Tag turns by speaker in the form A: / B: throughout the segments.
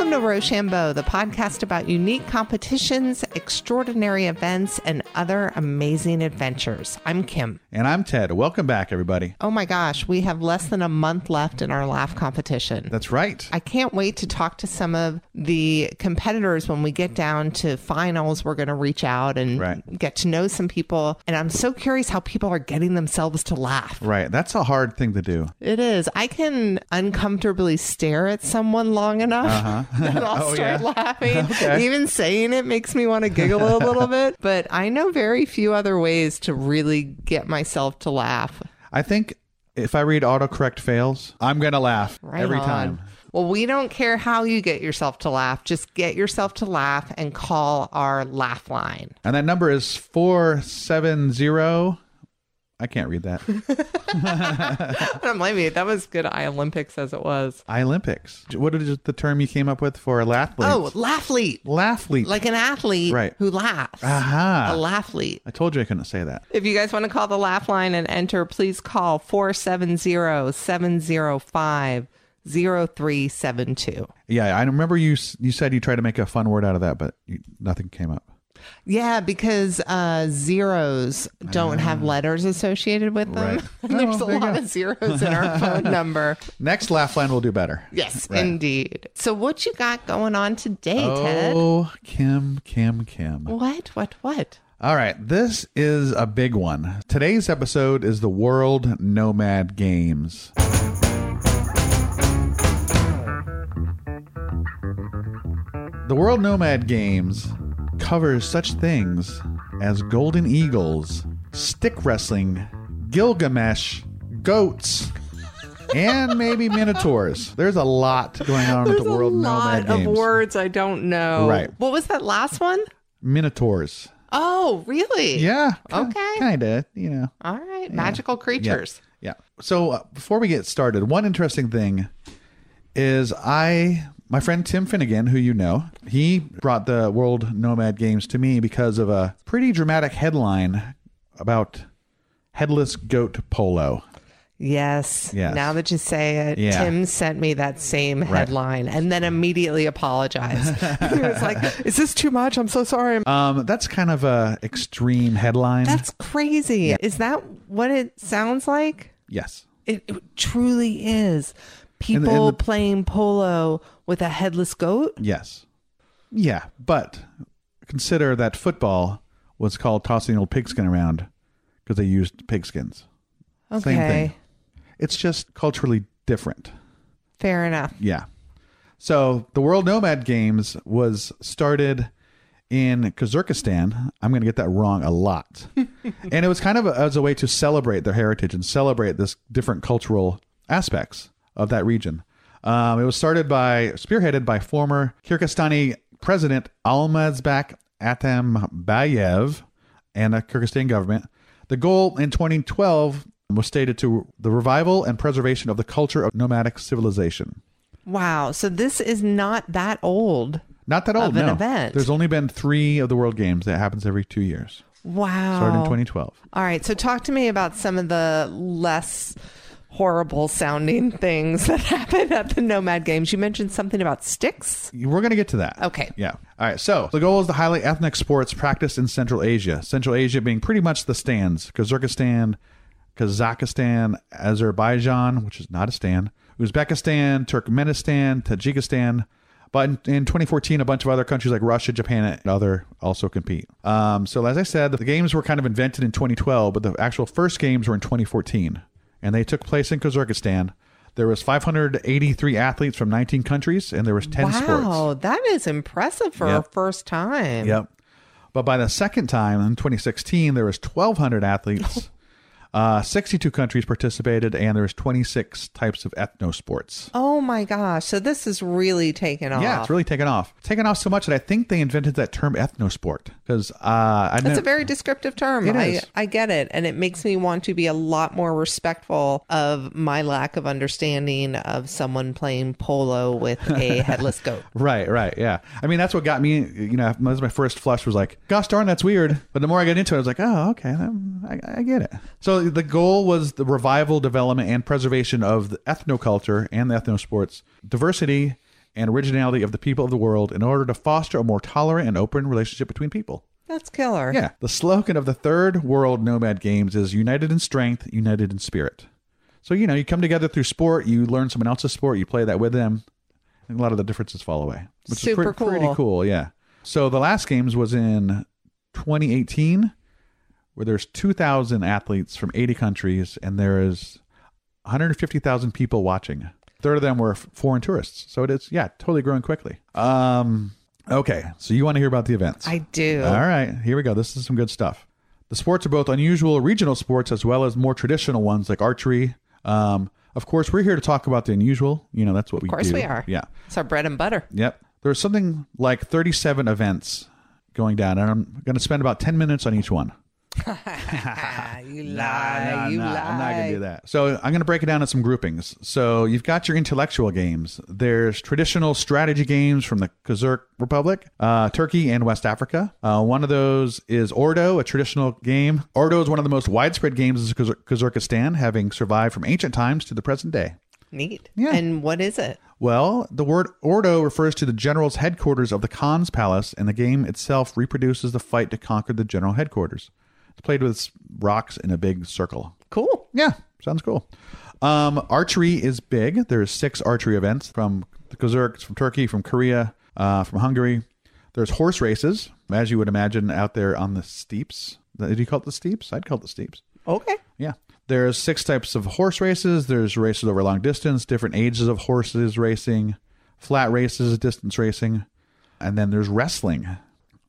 A: Rochambeau, the podcast about unique competitions, extraordinary events, and other amazing adventures. I'm Kim.
B: And I'm Ted. Welcome back, everybody.
A: Oh my gosh, we have less than a month left in our laugh competition.
B: That's right.
A: I can't wait to talk to some of the competitors when we get down to finals. We're going to reach out and
B: Right.
A: get to know some people. And I'm so curious how people are getting themselves to laugh.
B: Right. That's a hard thing to do.
A: It is. I can uncomfortably stare at someone long enough that I'll
B: Oh,
A: start
B: yeah.
A: laughing. Even saying it makes me want to giggle a little bit. But I know very few other ways to really get myself to laugh.
B: I think if I read autocorrect fails, I'm going to laugh
A: Right
B: every
A: on.
B: time.
A: Well, we don't care how you get yourself to laugh. Just get yourself to laugh and call our laugh line.
B: And that number is 470. I can't read that.
A: I don't blame you. That was good eye Olympics as it was.
B: Olympics. What is the term you came up with for a laughlete?
A: Oh, laughleet.
B: laughlete.
A: Like an athlete
B: Right. Uh-huh.
A: who laughs. A
B: Aha.
A: laughleet.
B: I told you I couldn't say that.
A: If you guys want to call the laugh line and enter, please call 470-705-0372.
B: Yeah, I remember you s- you said you tried to make a fun word out of that, but you, nothing came up.
A: Yeah, because uh, zeros don't have letters associated with them.
B: Right.
A: And There's
B: Oh,
A: a
B: there you
A: lot
B: go.
A: of zeros in our phone number.
B: Next laugh line will do better.
A: Yes,
B: Right.
A: indeed. So what you got going on today, Ted?
B: Oh, Kim, Kim, Kim.
A: What, what, what?
B: All right, this is a big one. Today's episode is the World Nomad Games. The World Nomad Games covers such things as golden eagles, stick wrestling, Gilgamesh, goats, and maybe minotaurs. There's a lot going on
A: There's
B: with the
A: a
B: World
A: lot
B: Nomad
A: of
B: Games.
A: words I don't know.
B: Right.
A: What was that last one?
B: minotaurs.
A: Oh, really?
B: Yeah.
A: Okay.
B: Kind of, you know.
A: All right. Magical
B: Yeah.
A: creatures.
B: Yeah. So uh, before we get started, one interesting thing is I my friend Tim Finnegan, who you know, he brought the World Nomad Games to me because of a pretty dramatic headline about headless goat polo.
A: Yes.
B: Yes.
A: Now that you say it,
B: Yeah.
A: Tim sent me that same headline and then immediately apologized. he was like, Is this too much? I'm so sorry.
B: Um, that's kind of a extreme headline.
A: That's crazy. Is that what it sounds like?
B: yes.
A: It, it truly is. People
B: the-
A: playing polo with a headless goat?
B: Yes. Yeah, but consider that football was called tossing old pigskin around because they used pigskins.
A: Okay.
B: Same thing. It's just culturally different.
A: Fair enough.
B: Yeah. So the World Nomad Games was started in Kazakhstan. I'm going to get that wrong a lot. and it was kind of a, as a way to celebrate their heritage and celebrate this different cultural aspects of that region. Um, it was started by, spearheaded by former Kyrgyzstani president Almazbek Atambayev and the Kyrgyzstan government. The goal in 2012 was stated to the revival and preservation of the culture of nomadic civilization.
A: Wow. So this is not that old.
B: Not that old.
A: an
B: no.
A: event.
B: There's only been three of the World Games that happens every two years.
A: Wow.
B: Started in 2012.
A: All right. So talk to me about some of the less horrible sounding things that happen at the Nomad Games. You mentioned something about sticks.
B: We're going to get to that.
A: Okay.
B: Yeah. All right. So the goal is to highlight ethnic sports practiced in Central Asia. Central Asia being pretty much the stands: Kazakhstan, Kazakhstan, Azerbaijan, which is not a stand, Uzbekistan, Turkmenistan, Tajikistan. But in, in 2014, a bunch of other countries like Russia, Japan, and other also compete. Um, so as I said, the games were kind of invented in 2012, but the actual first games were in 2014, and they took place in Kazakhstan. There was 583 athletes from 19 countries, and there was 10 sports.
A: Wow, that is impressive for our
B: Yep.
A: first time.
B: Yep. But by the second time in 2016, there was 1,200 athletes. Uh, 62 countries participated, and there was 26 types of ethno sports.
A: Oh my gosh. So this is really taken off.
B: Yeah, it's really taken off. Taken off so much that I think they invented that term ethno sport because uh, I
A: That's
B: know-
A: a very descriptive term.
B: It
A: I,
B: is.
A: I get it. And it makes me want to be a lot more respectful of my lack of understanding of someone playing polo with a headless goat.
B: Right, right, yeah. I mean, that's what got me. You know, that was my first flush was like, "Gosh darn, that's weird." But the more I got into it, I was like, "Oh, okay, um, I, I get it." So the goal was the revival, development, and preservation of the ethnoculture and the ethnosports, diversity, and originality of the people of the world in order to foster a more tolerant and open relationship between people.
A: That's killer.
B: Yeah. The slogan of the Third World Nomad Games is United in Strength, United in Spirit. So, you know, you come together through sport, you learn someone else's sport, you play that with them, and a lot of the differences fall away. Which
A: Super
B: is pre- pretty
A: cool.
B: cool, yeah. So the last games was in 2018, where there's 2,000 athletes from 80 countries, and there is 150,000 people watching. A third of them were f- foreign tourists. So it is, yeah, totally growing quickly. Um, okay, so you want to hear about the events.
A: I do.
B: All right, here we go. This is some good stuff. The sports are both unusual regional sports as well as more traditional ones like archery. Um, of course, we're here to talk about the unusual. You know, that's what we do.
A: course we are.
B: Yeah.
A: It's our bread and butter.
B: Yep. There's something like 37 events going down, and I'm going to spend about 10 minutes on each one.
A: you
B: Nah, nah, nah, I'm not gonna do that. So I'm gonna break it down into some groupings. So you've got your intellectual games. There's traditional strategy games from the Kazakh Republic, uh, Turkey, and West Africa. Uh, one of those is Ordo, a traditional game. Ordo is one of the most widespread games in Kaz- Kazakhstan, having survived from ancient times to the present day.
A: Neat.
B: Yeah.
A: And what is it?
B: Well, the word Ordo refers to the general's headquarters of the Khan's palace, and the game itself reproduces the fight to conquer the general headquarters. It's played with rocks in a big circle.
A: Cool.
B: Yeah, sounds cool. Um, archery is big. There's six archery events from the Kazakh, from Turkey, from Korea, uh, from Hungary. There's horse races, as you would imagine, out there on the steeps. Did you call it the steeps? I'd call it the steeps.
A: Okay.
B: Yeah. There's six types of horse races. There's races over long distance, different ages of horses racing, flat races, distance racing, and then there's wrestling.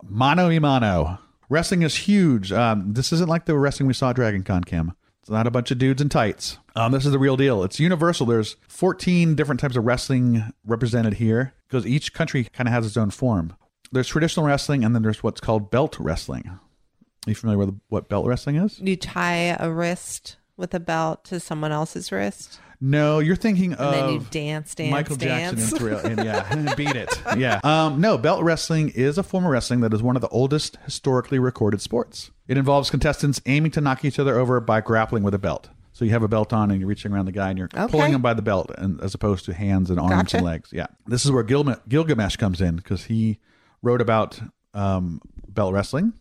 B: Mano y mano. Wrestling is huge. Um, this isn't like the wrestling we saw at Dragon Con Cam. It's not a bunch of dudes in tights. Um, this is the real deal. It's universal. There's 14 different types of wrestling represented here because each country kind of has its own form. There's traditional wrestling, and then there's what's called belt wrestling. Are you familiar with what belt wrestling is?
A: You tie a wrist with a belt to someone else's wrist,
B: No, you're thinking
A: and
B: of
A: then you dance, dance,
B: Michael
A: dance.
B: Jackson and thrill, and yeah, beat it. Yeah. Um, no, belt wrestling is a form of wrestling that is one of the oldest historically recorded sports. It involves contestants aiming to knock each other over by grappling with a belt. So you have a belt on and you're reaching around the guy and you're
A: Okay.
B: pulling him by the belt, and as opposed to hands and arms
A: Gotcha.
B: and legs. Yeah. This is where Gilma- Gilgamesh comes in because he wrote about um, belt wrestling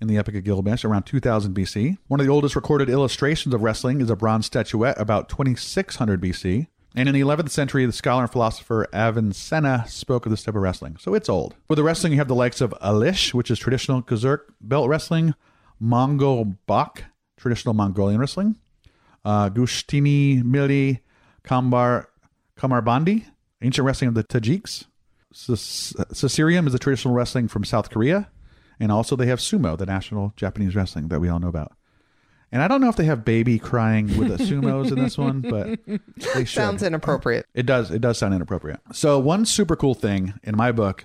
B: in the Epic of Gilgamesh around 2000 BC. One of the oldest recorded illustrations of wrestling is a bronze statuette about 2600 BC. And in the 11th century, the scholar and philosopher Avicenna spoke of this type of wrestling. So it's old. With the wrestling, you have the likes of Alish, which is traditional Kazakh belt wrestling, Mongol Bak, traditional Mongolian wrestling, uh, Gushtini Mili Kambar Kamarbandi, ancient wrestling of the Tajiks. Cis- Caesareum is a traditional wrestling from South Korea, and also they have sumo, the national Japanese wrestling that we all know about. And I don't know if they have baby crying with the sumos in this one, but they should.
A: Sounds inappropriate.
B: It does. It does sound inappropriate. So one super cool thing in my book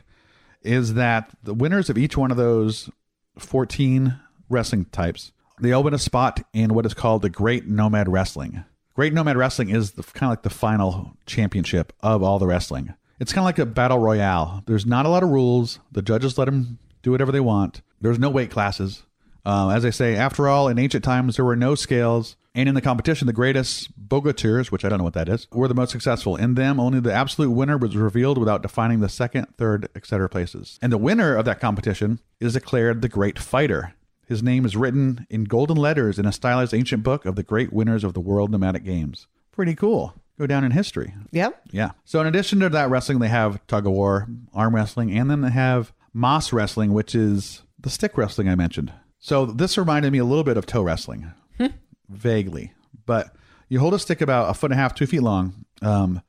B: is that the winners of each one of those 14 wrestling types, they open a spot in what is called the Great Nomad Wrestling. Great Nomad Wrestling is the, kind of like the final championship of all the wrestling. It's kind of like a battle royale. There's not a lot of rules. The judges let them do whatever they want. There's no weight classes. Um, as I say, after all, in ancient times, there were no scales. And in the competition, the greatest bogatirs, which I don't know what that is, were the most successful. In them, only the absolute winner was revealed without defining the second, third, etc. places. And the winner of that competition is declared the great fighter. His name is written in golden letters in a stylized ancient book of the great winners of the world nomadic games. Pretty cool. Go down in history.
A: Yep.
B: Yeah. So in addition to that wrestling, they have tug of war, arm wrestling, and then they have moss wrestling, which is the stick wrestling I mentioned. So this reminded me a little bit of toe wrestling,
A: Hmm.
B: vaguely. But you hold a stick about a foot and a half, two feet long. Um,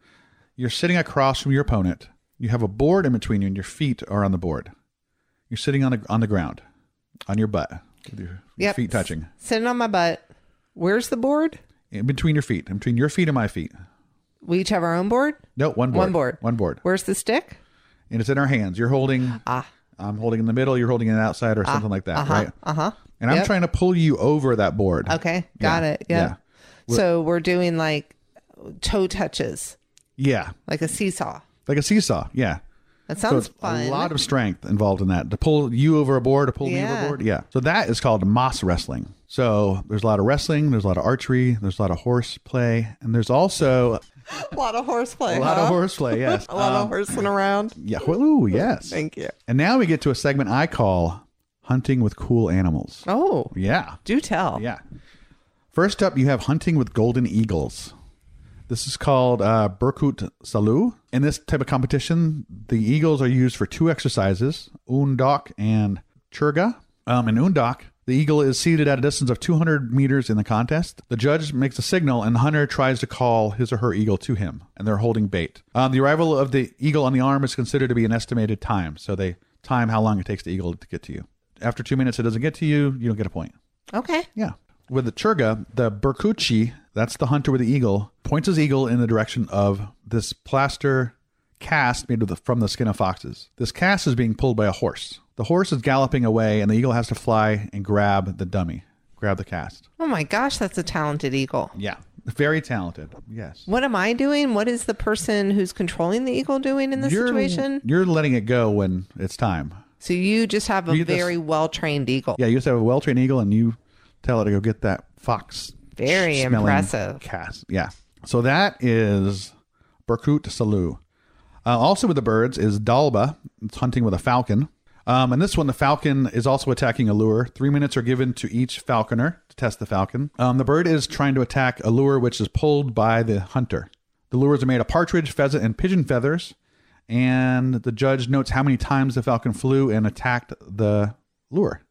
B: you're sitting across from your opponent. You have a board in between you, and your feet are on the board. You're sitting on the on the ground, on your butt, with your, your
A: Yep.
B: feet touching
A: Sitting on my butt. Where's the board?
B: in between your feet, in between your feet and my feet.
A: We each have our own board.
B: No, one board.
A: One board.
B: One board.
A: Where's the stick?
B: and it's in our hands. You're holding.
A: Ah.
B: I'm holding in the middle. You're holding it outside or something like that, right?
A: Uh huh.
B: And I'm
A: Yep.
B: trying to pull you over that board.
A: Okay. Got
B: Yeah.
A: it. Yeah.
B: Yeah.
A: So we're doing like toe touches,
B: Yeah,
A: like a seesaw.
B: like a seesaw. Yeah.
A: That
B: So
A: sounds
B: it's
A: fun.
B: a lot of strength involved in that to pull you over a board, to pull me over
A: Yeah.
B: a board. Yeah. So that is called moss wrestling. So there's a lot of wrestling, there's a lot of archery, there's a lot of horse play, and there's also
A: A lot of horseplay.
B: A lot
A: huh?
B: of Um, horseplay, yes.
A: A lot of horsing around.
B: yeah, whoo, yes.
A: Thank you.
B: And now we get to a segment I call Hunting with Cool Animals.
A: Oh,
B: Yeah.
A: do tell.
B: Yeah. First up, you have hunting with golden eagles. This is called uh, Berkut Salu. In this type of competition, the eagles are used for two exercises, Undok and Churga. Um, in Undok, the eagle is seated at a distance of 200 meters in the contest. The judge makes a signal, and the hunter tries to call his or her eagle to him, and they're holding bait. Um, the arrival of the eagle on the arm is considered to be an estimated time, so they time how long it takes the eagle to get to you. After two minutes, it doesn't get to you, you don't get a point.
A: Okay.
B: Yeah. With the churga, the berkuchi, that's the hunter with the eagle, points his eagle in the direction of this plaster cast made of the, from the skin of foxes. This cast is being pulled by a horse. The horse is galloping away, and the eagle has to fly and grab the dummy, grab the cast.
A: Oh my gosh, that's a talented eagle.
B: Yeah. Very talented. Yes.
A: What am I doing? What is the person who's controlling the eagle doing in this situation?
B: you're letting it go when it's time.
A: So you just have a
B: You just-
A: very well trained eagle.
B: Yeah, you just have a well trained eagle and you tell it to go get that fox.
A: Very
B: smelling
A: impressive.
B: Cast. Yeah. So that is Berkut Salu. Uh, also with the birds is Dalba. It's hunting with a falcon. Um, and this one, the falcon is also attacking a lure. Three minutes are given to each falconer to test the falcon. Um, the bird is trying to attack a lure which is pulled by the hunter. The lures are made of partridge, pheasant, and pigeon feathers. And the judge notes how many times the falcon flew and attacked the lure.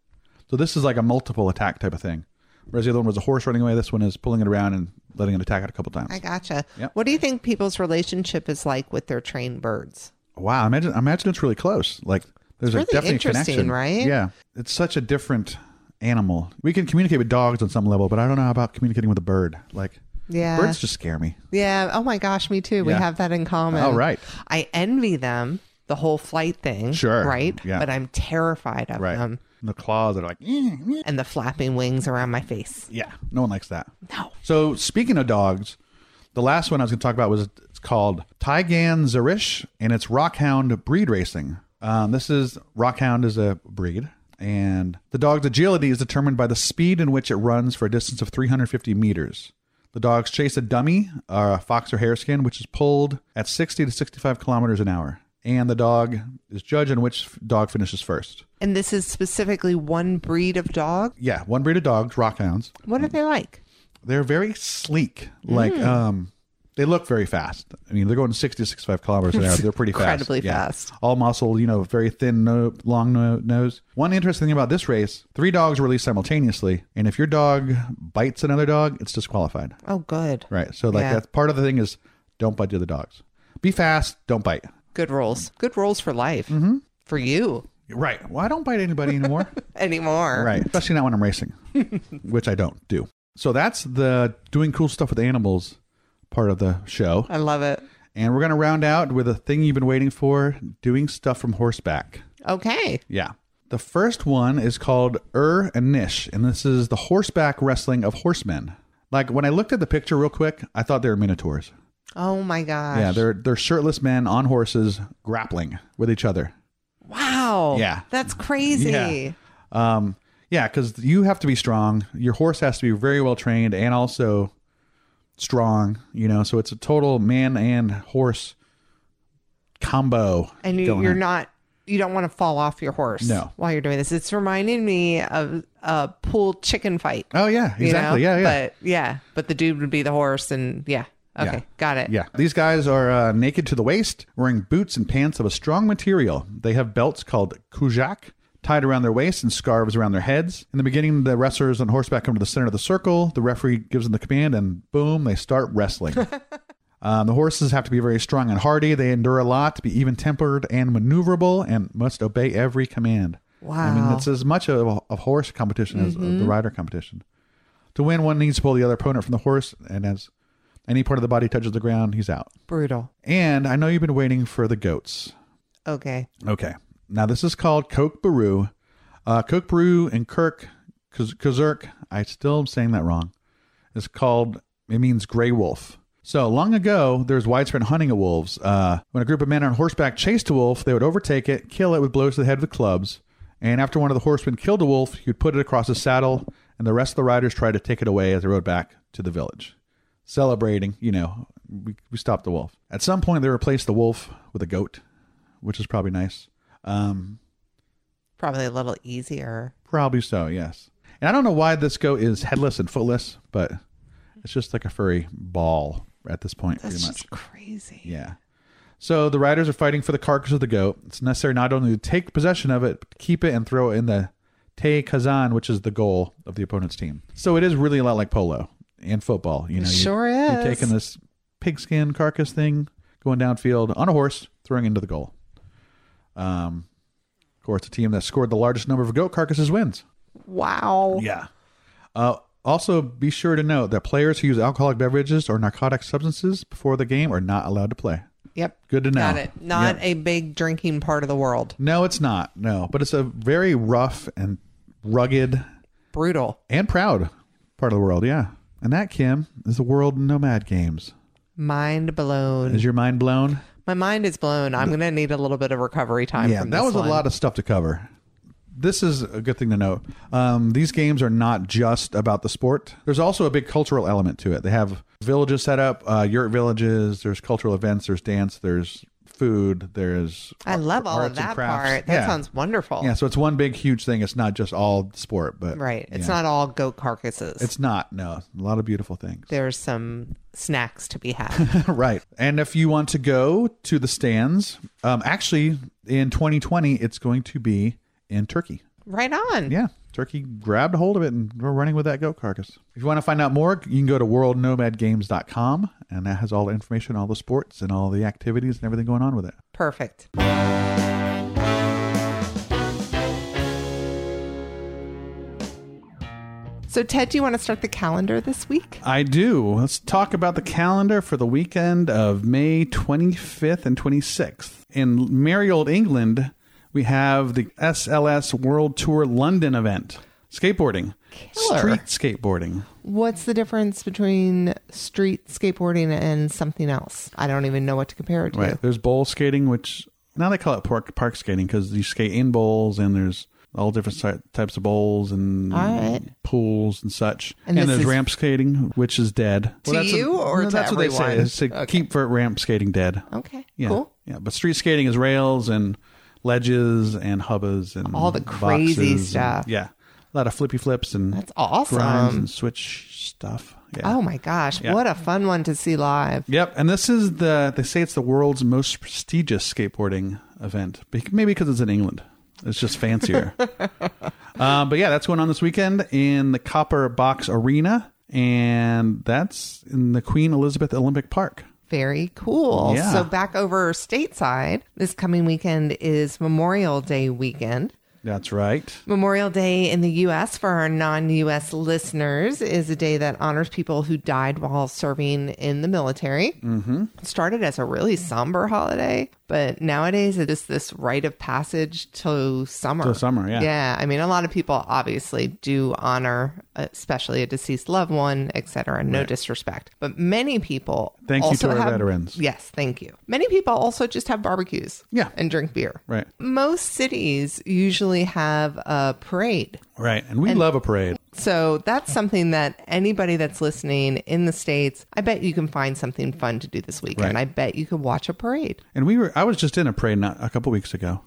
B: So this is like a multiple attack type of thing. Whereas the other one was a horse running away, this one is pulling it around and letting it attack it a couple times.
A: I gotcha.
B: Yep.
A: What do you think people's relationship is like with their trained birds?
B: Wow, imagine imagine it's really close. Like there's
A: really
B: a definite
A: interesting,
B: connection,
A: right?
B: Yeah, it's such a different animal. We can communicate with dogs on some level, but I don't know about communicating with a bird. Like,
A: Yeah.
B: birds just scare me.
A: Yeah. Oh my gosh, me too. We
B: Yeah.
A: have that in common.
B: Oh, right.
A: I envy them the whole flight thing.
B: Sure.
A: Right.
B: Yeah.
A: But I'm terrified of
B: Right,
A: them
B: and the claws are like, "Eh, eh."
A: and the flapping wings around my face.
B: yeah, no one likes that.
A: No.
B: So speaking of dogs, the last one I was going to talk about was it's called Taigan Zirish, and it's Rockhound breed racing. Um, this is Rockhound is a breed, and the dog's agility is determined by the speed in which it runs for a distance of 350 meters. The dogs chase a dummy, or a fox or hare skin, which is pulled at 60 to 65 kilometers an hour. And the dog is judged on which f- dog finishes first.
A: And this is specifically one breed of dog.
B: Yeah, one breed of dogs, rockhounds.
A: What are they like?
B: they're very sleek. Like
A: Hmm.
B: um they look very fast. I mean, they're going 60 to 65 kilometers an hour. They're pretty fast.
A: Incredibly
B: Yeah.
A: fast.
B: All muscle, you know, very thin, no, long no, nose. One interesting thing about this race three dogs were released simultaneously. And if your dog bites another dog, it's disqualified.
A: Oh, good.
B: Right. So, like,
A: Yeah.
B: that's part of the thing is don't bite the other dogs. Be fast, don't bite.
A: Good rules. Good rules for life.
B: Mm-hmm.
A: For you
B: Right. Well, I don't bite anybody anymore.
A: anymore.
B: Right. Especially not when I'm racing, which I don't do. So that's the doing cool stuff with animals part of the show.
A: I love it.
B: And we're going to round out with a thing you've been waiting for doing stuff from horseback.
A: Okay.
B: Yeah. The first one is called Ur and Nish, and this is the horseback wrestling of horsemen. Like when I looked at the picture real quick, I thought they were minotaurs.
A: Oh my gosh.
B: Yeah, they're they're shirtless men on horses grappling with each other.
A: wow.
B: Yeah.
A: That's crazy.
B: Um, yeah, because you have to be strong. Your horse has to be very well trained and also strong. You know, so it's a total man and horse combo.
A: and you,
B: going
A: you're
B: on.
A: not you don't want to fall off your horse
B: No.
A: while you're doing this it's reminding me of a pool chicken fight
B: Oh yeah,
A: you know?
B: exactly. Yeah, yeah.
A: but yeah but the dude would be the horse and yeah okay
B: Yeah.
A: got it
B: Yeah. These guys are uh, naked to the waist, wearing boots and pants of a strong material. They have belts called kujak tied around their waist and scarves around their heads. In the beginning, the wrestlers on horseback come to the center of the circle. The referee gives them the command, and boom, they start wrestling. Um, the horses have to be very strong and hardy. They endure a lot, be even tempered and maneuverable, and must obey every command. I mean,
A: Wow.
B: it's as much of a, a horse competition as of the rider competition. To win, one needs to pull the other opponent from the horse, and as any part of the body touches the ground, he's out.
A: brutal
B: And I know you've been waiting for the goats.
A: okay
B: Okay. Now this is called Coke Baru. Uh, Coke Baru and Kirk Kaz- Kazirk. I still am saying that wrong. It's called. It means gray wolf. So long ago, there was widespread hunting of wolves. Uh, when a group of men on horseback chased a wolf, they would overtake it, kill it with blows to the head with clubs, and after one of the horsemen killed a wolf, he would put it across his saddle, and the rest of the riders tried to take it away as they rode back to the village, celebrating, you know, we, we stopped the wolf. At some point, they replaced the wolf with a goat, which is probably nice. Um,
A: Probably a little easier.
B: probably so, yes. And I don't know why this goat is headless and footless, but it's just like a furry ball at this point,
A: That's
B: pretty much.
A: just crazy.
B: Yeah. So the riders are fighting for the carcass of the goat. It's necessary not only to take possession of it, but to keep it and throw it in the Te Kazan, which is the goal of the opponent's team. So it is really a lot like polo and football. You know, you-
A: sure
B: you're
A: is.
B: taking this pigskin carcass thing, going downfield on a horse, throwing into the goal. Um, of course, the team that scored the largest number of goat carcasses wins.
A: Wow.
B: Yeah. Uh, also, be sure to note that players who use alcoholic beverages or narcotic substances before the game are not allowed to play.
A: Yep.
B: Good to know.
A: Got it. Not
B: Yep.
A: a big drinking part of the world.
B: No, it's not. No, but it's a very rough and rugged
A: Brutal.
B: and proud part of the world. Yeah, and that Kim is the World Nomad Games.
A: Mind blown.
B: Is your mind blown?
A: My mind is blown. I'm going to need a little bit of recovery time.
B: yeah,
A: from
B: that
A: this
B: was
A: one.
B: a lot of stuff to cover. This is a good thing to note. Um, these games are not just about the sport. There's also a big cultural element to it. They have villages set up, uh, yurt villages. There's cultural events. There's dance. There's food. There's
A: I love all
B: arts
A: of
B: and
A: that
B: crafts.
A: part. That
B: Yeah.
A: sounds wonderful.
B: Yeah, so it's one big, huge thing. It's not just all sport, but
A: Right. It's
B: yeah.
A: not all goat carcasses.
B: It's not. No, a lot of beautiful things.
A: There's some snacks to be had.
B: right. And if you want to go to the stands, um, actually in 2020, it's going to be in Turkey.
A: right on.
B: Yeah, Turkey grabbed a hold of it and we're running with that goat carcass. If you want to find out more, you can go to worldnomadgames.com and that has all the information, all the sports and all the activities and everything going on with it.
A: Perfect. So, Ted, do you want to start the calendar this week?
B: I do. Let's talk about the calendar for the weekend of May 25th and 26th. In merry old England, we have the SLS World Tour London event. Skateboarding.
A: Killer.
B: Street skateboarding.
A: What's the difference between street skateboarding and something else? I don't even know what to compare it to.
B: Right. There's bowl skating, which now they call it park, park skating because you skate in bowls and there's all different si- types of bowls and
A: All right.
B: pools and such.
A: And
B: And,
A: this
B: there's
A: is-
B: ramp skating, which is dead.
A: To
B: that's what-
A: you or to
B: that's what they say.
A: everyone?
B: Is to
A: Okay.
B: keep for ramp skating dead.
A: Okay.
B: Yeah.
A: Cool.
B: Yeah, but street skating is rails and ledges and hubbas and
A: All the crazy
B: boxes and-
A: stuff.
B: yeah, a lot of flippy flips and
A: That's awesome.
B: grinds and switch stuff. Yeah.
A: Oh my gosh.
B: Yeah.
A: What a fun one to see live.
B: Yep, and this is the they say it's the world's most prestigious skateboarding event. Bec- Maybe because it's in England, it's just fancier. um, but yeah, that's going on this weekend in the Copper Box Arena, and that's in the Queen Elizabeth Olympic Park.
A: Very cool.
B: Yeah.
A: So, back over stateside, this coming weekend is Memorial Day weekend.
B: That's right.
A: Memorial Day in the U.S. for our non U.S. listeners is a day that honors people who died while serving in the military. Mm-hmm. It started as a really somber holiday, but nowadays it is this rite of passage to summer.
B: To summer, yeah.
A: Yeah. I mean, a lot of people obviously do honor, especially a deceased loved one, et cetera. No disrespect. But many people
B: Thank you
A: also
B: to our
A: have-
B: veterans.
A: Yes, thank you. Many people also just have barbecues
B: Yeah.
A: and drink beer.
B: Right.
A: Most cities usually have a parade.
B: Right, and we love a parade.
A: So that's something that anybody that's listening in the States, I bet you can find something fun to do this weekend.
B: Right.
A: I bet you could watch a parade.
B: And we were I was just in a parade not, a couple weeks ago.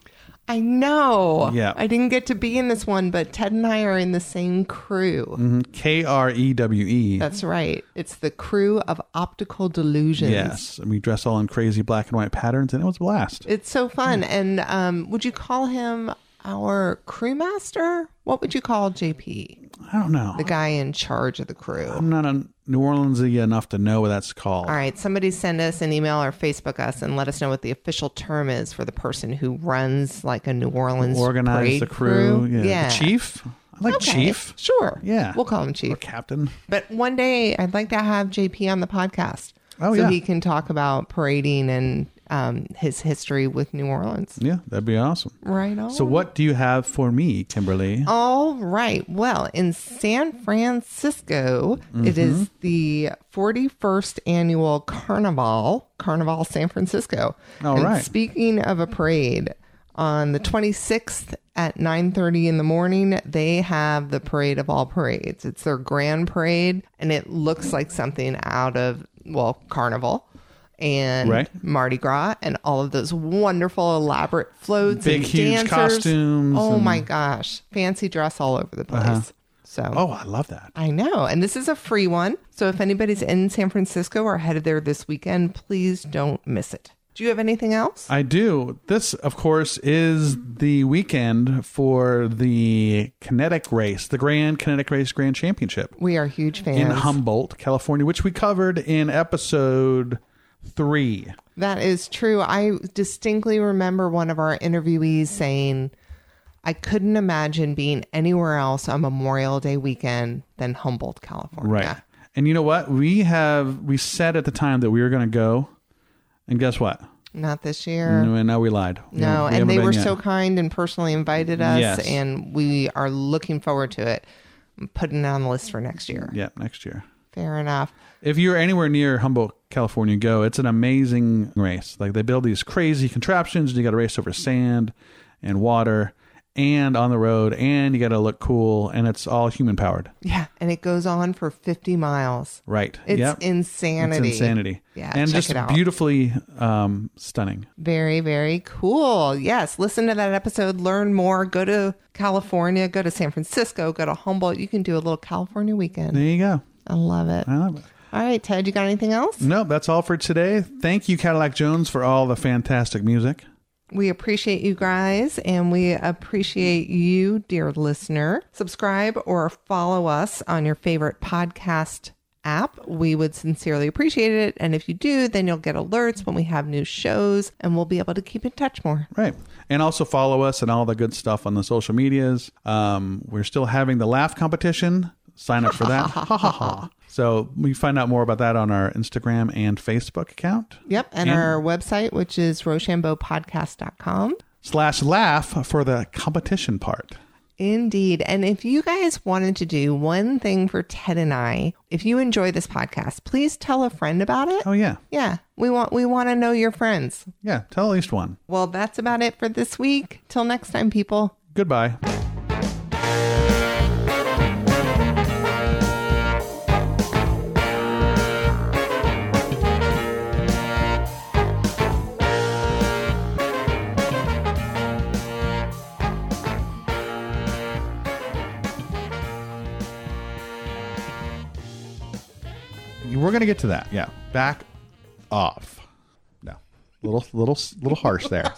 A: I know.
B: Yeah.
A: I didn't get to be in this one, but Ted and I are in the same crew.
B: Mm-hmm. K R E W E.
A: That's right. It's the crew of Optical Delusions.
B: Yes, and we dress all in crazy black and white patterns, and it was a blast.
A: It's so fun. And um, would you call him our crewmaster? What would you call JP,
B: I don't know.
A: the guy in charge of the crew?
B: I'm not a New Orleans enough to know what that's called.
A: All right, somebody send us an email or Facebook us and let us know what the official term is for the person who runs like a New Orleans
B: Organize
A: parade
B: the crew.
A: Yeah,
B: Yeah. The chief. I like
A: Okay,
B: chief.
A: Sure.
B: Yeah.
A: we'll call him chief.
B: Or captain.
A: But one day I'd like to have JP on the podcast.
B: Oh,
A: so
B: yeah.
A: he can talk about parading and um, his history with New Orleans.
B: Yeah, that'd be awesome.
A: Right on.
B: So what do you have for me, Kimberly?
A: All right. Well, in San Francisco, it
B: Mm-hmm.
A: is the 41st annual Carnival, Carnival San Francisco.
B: All
A: and
B: right.
A: Speaking of a parade, on the 26th at 9:30 in the morning, they have the parade of all parades. It's their grand parade and it looks like something out of well, carnival. and
B: Right.
A: Mardi Gras and all of those wonderful elaborate floats,
B: Big,
A: and
B: huge
A: dancers.
B: costumes
A: Oh
B: and-
A: my gosh, fancy dress all over the place. So
B: Mm. Uh-huh. Oh, I love that.
A: I know. And this is a free one. So if anybody's in San Francisco or headed there this weekend, please don't miss it. Do you have anything else?
B: I do. This, of course, is the weekend for the kinetic race, the Grand Kinetic Race Grand Championship
A: We are huge
B: in
A: fans.
B: Humboldt, California, which we covered in episode three.
A: that is true. I distinctly remember one of our interviewees saying, I couldn't imagine being anywhere else on Memorial Day weekend than Humboldt, California.
B: And you know what? We have, we said at the time that we were going to go. And guess what?
A: Not this year.
B: No, no, we lied.
A: No,
B: We haven't
A: and they
B: been
A: were
B: yet.
A: so kind and personally invited us,
B: Yes.
A: and we are looking forward to it. I'm putting it on the list for next year.
B: Yeah, next year.
A: Fair enough.
B: If you're anywhere near Humboldt, California, go. It's an amazing race. Like they build these crazy contraptions, and you got to race over sand and water and on the road, and you got to look cool, and it's all human powered.
A: Yeah, and it goes on for 50 miles.
B: Right?
A: It's
B: Yep.
A: insanity.
B: It's insanity.
A: Yeah,
B: and
A: check
B: just
A: it out.
B: beautifully um, stunning.
A: Very, very cool. Yes, listen to that episode, learn more, go to California, go to San Francisco, go to Humboldt. You can do a little California weekend.
B: There you go.
A: I love it.
B: I love it.
A: All right, Ted, you got anything else?
B: No, that's all for today. Thank you, Cadillac Jones, for all the fantastic music.
A: We appreciate you guys and we appreciate you, dear listener. Subscribe or follow us on your favorite podcast app. We would sincerely appreciate it. And if you do, then you'll get alerts when we have new shows and we'll be able to keep in touch more.
B: Right. And also follow us and all the good stuff on the social medias. Um, we're still having the laugh competition. Sign up for that. Ha, ha, ha. so we find out more about that on our Instagram and Facebook account.
A: Yep. And
B: Yeah.
A: our website, which is rochambeaupodcast.com.
B: Slash laugh for the competition part.
A: Indeed. And if you guys wanted to do one thing for Ted and I, if you enjoy this podcast, please tell a friend about it.
B: Oh yeah.
A: Yeah. We want we want to know your friends.
B: Yeah. Tell at least one.
A: Well, that's about it for this week. Till next time, people.
B: Goodbye. We're gonna get to that. Yeah. Back off. No. Little little little harsh there.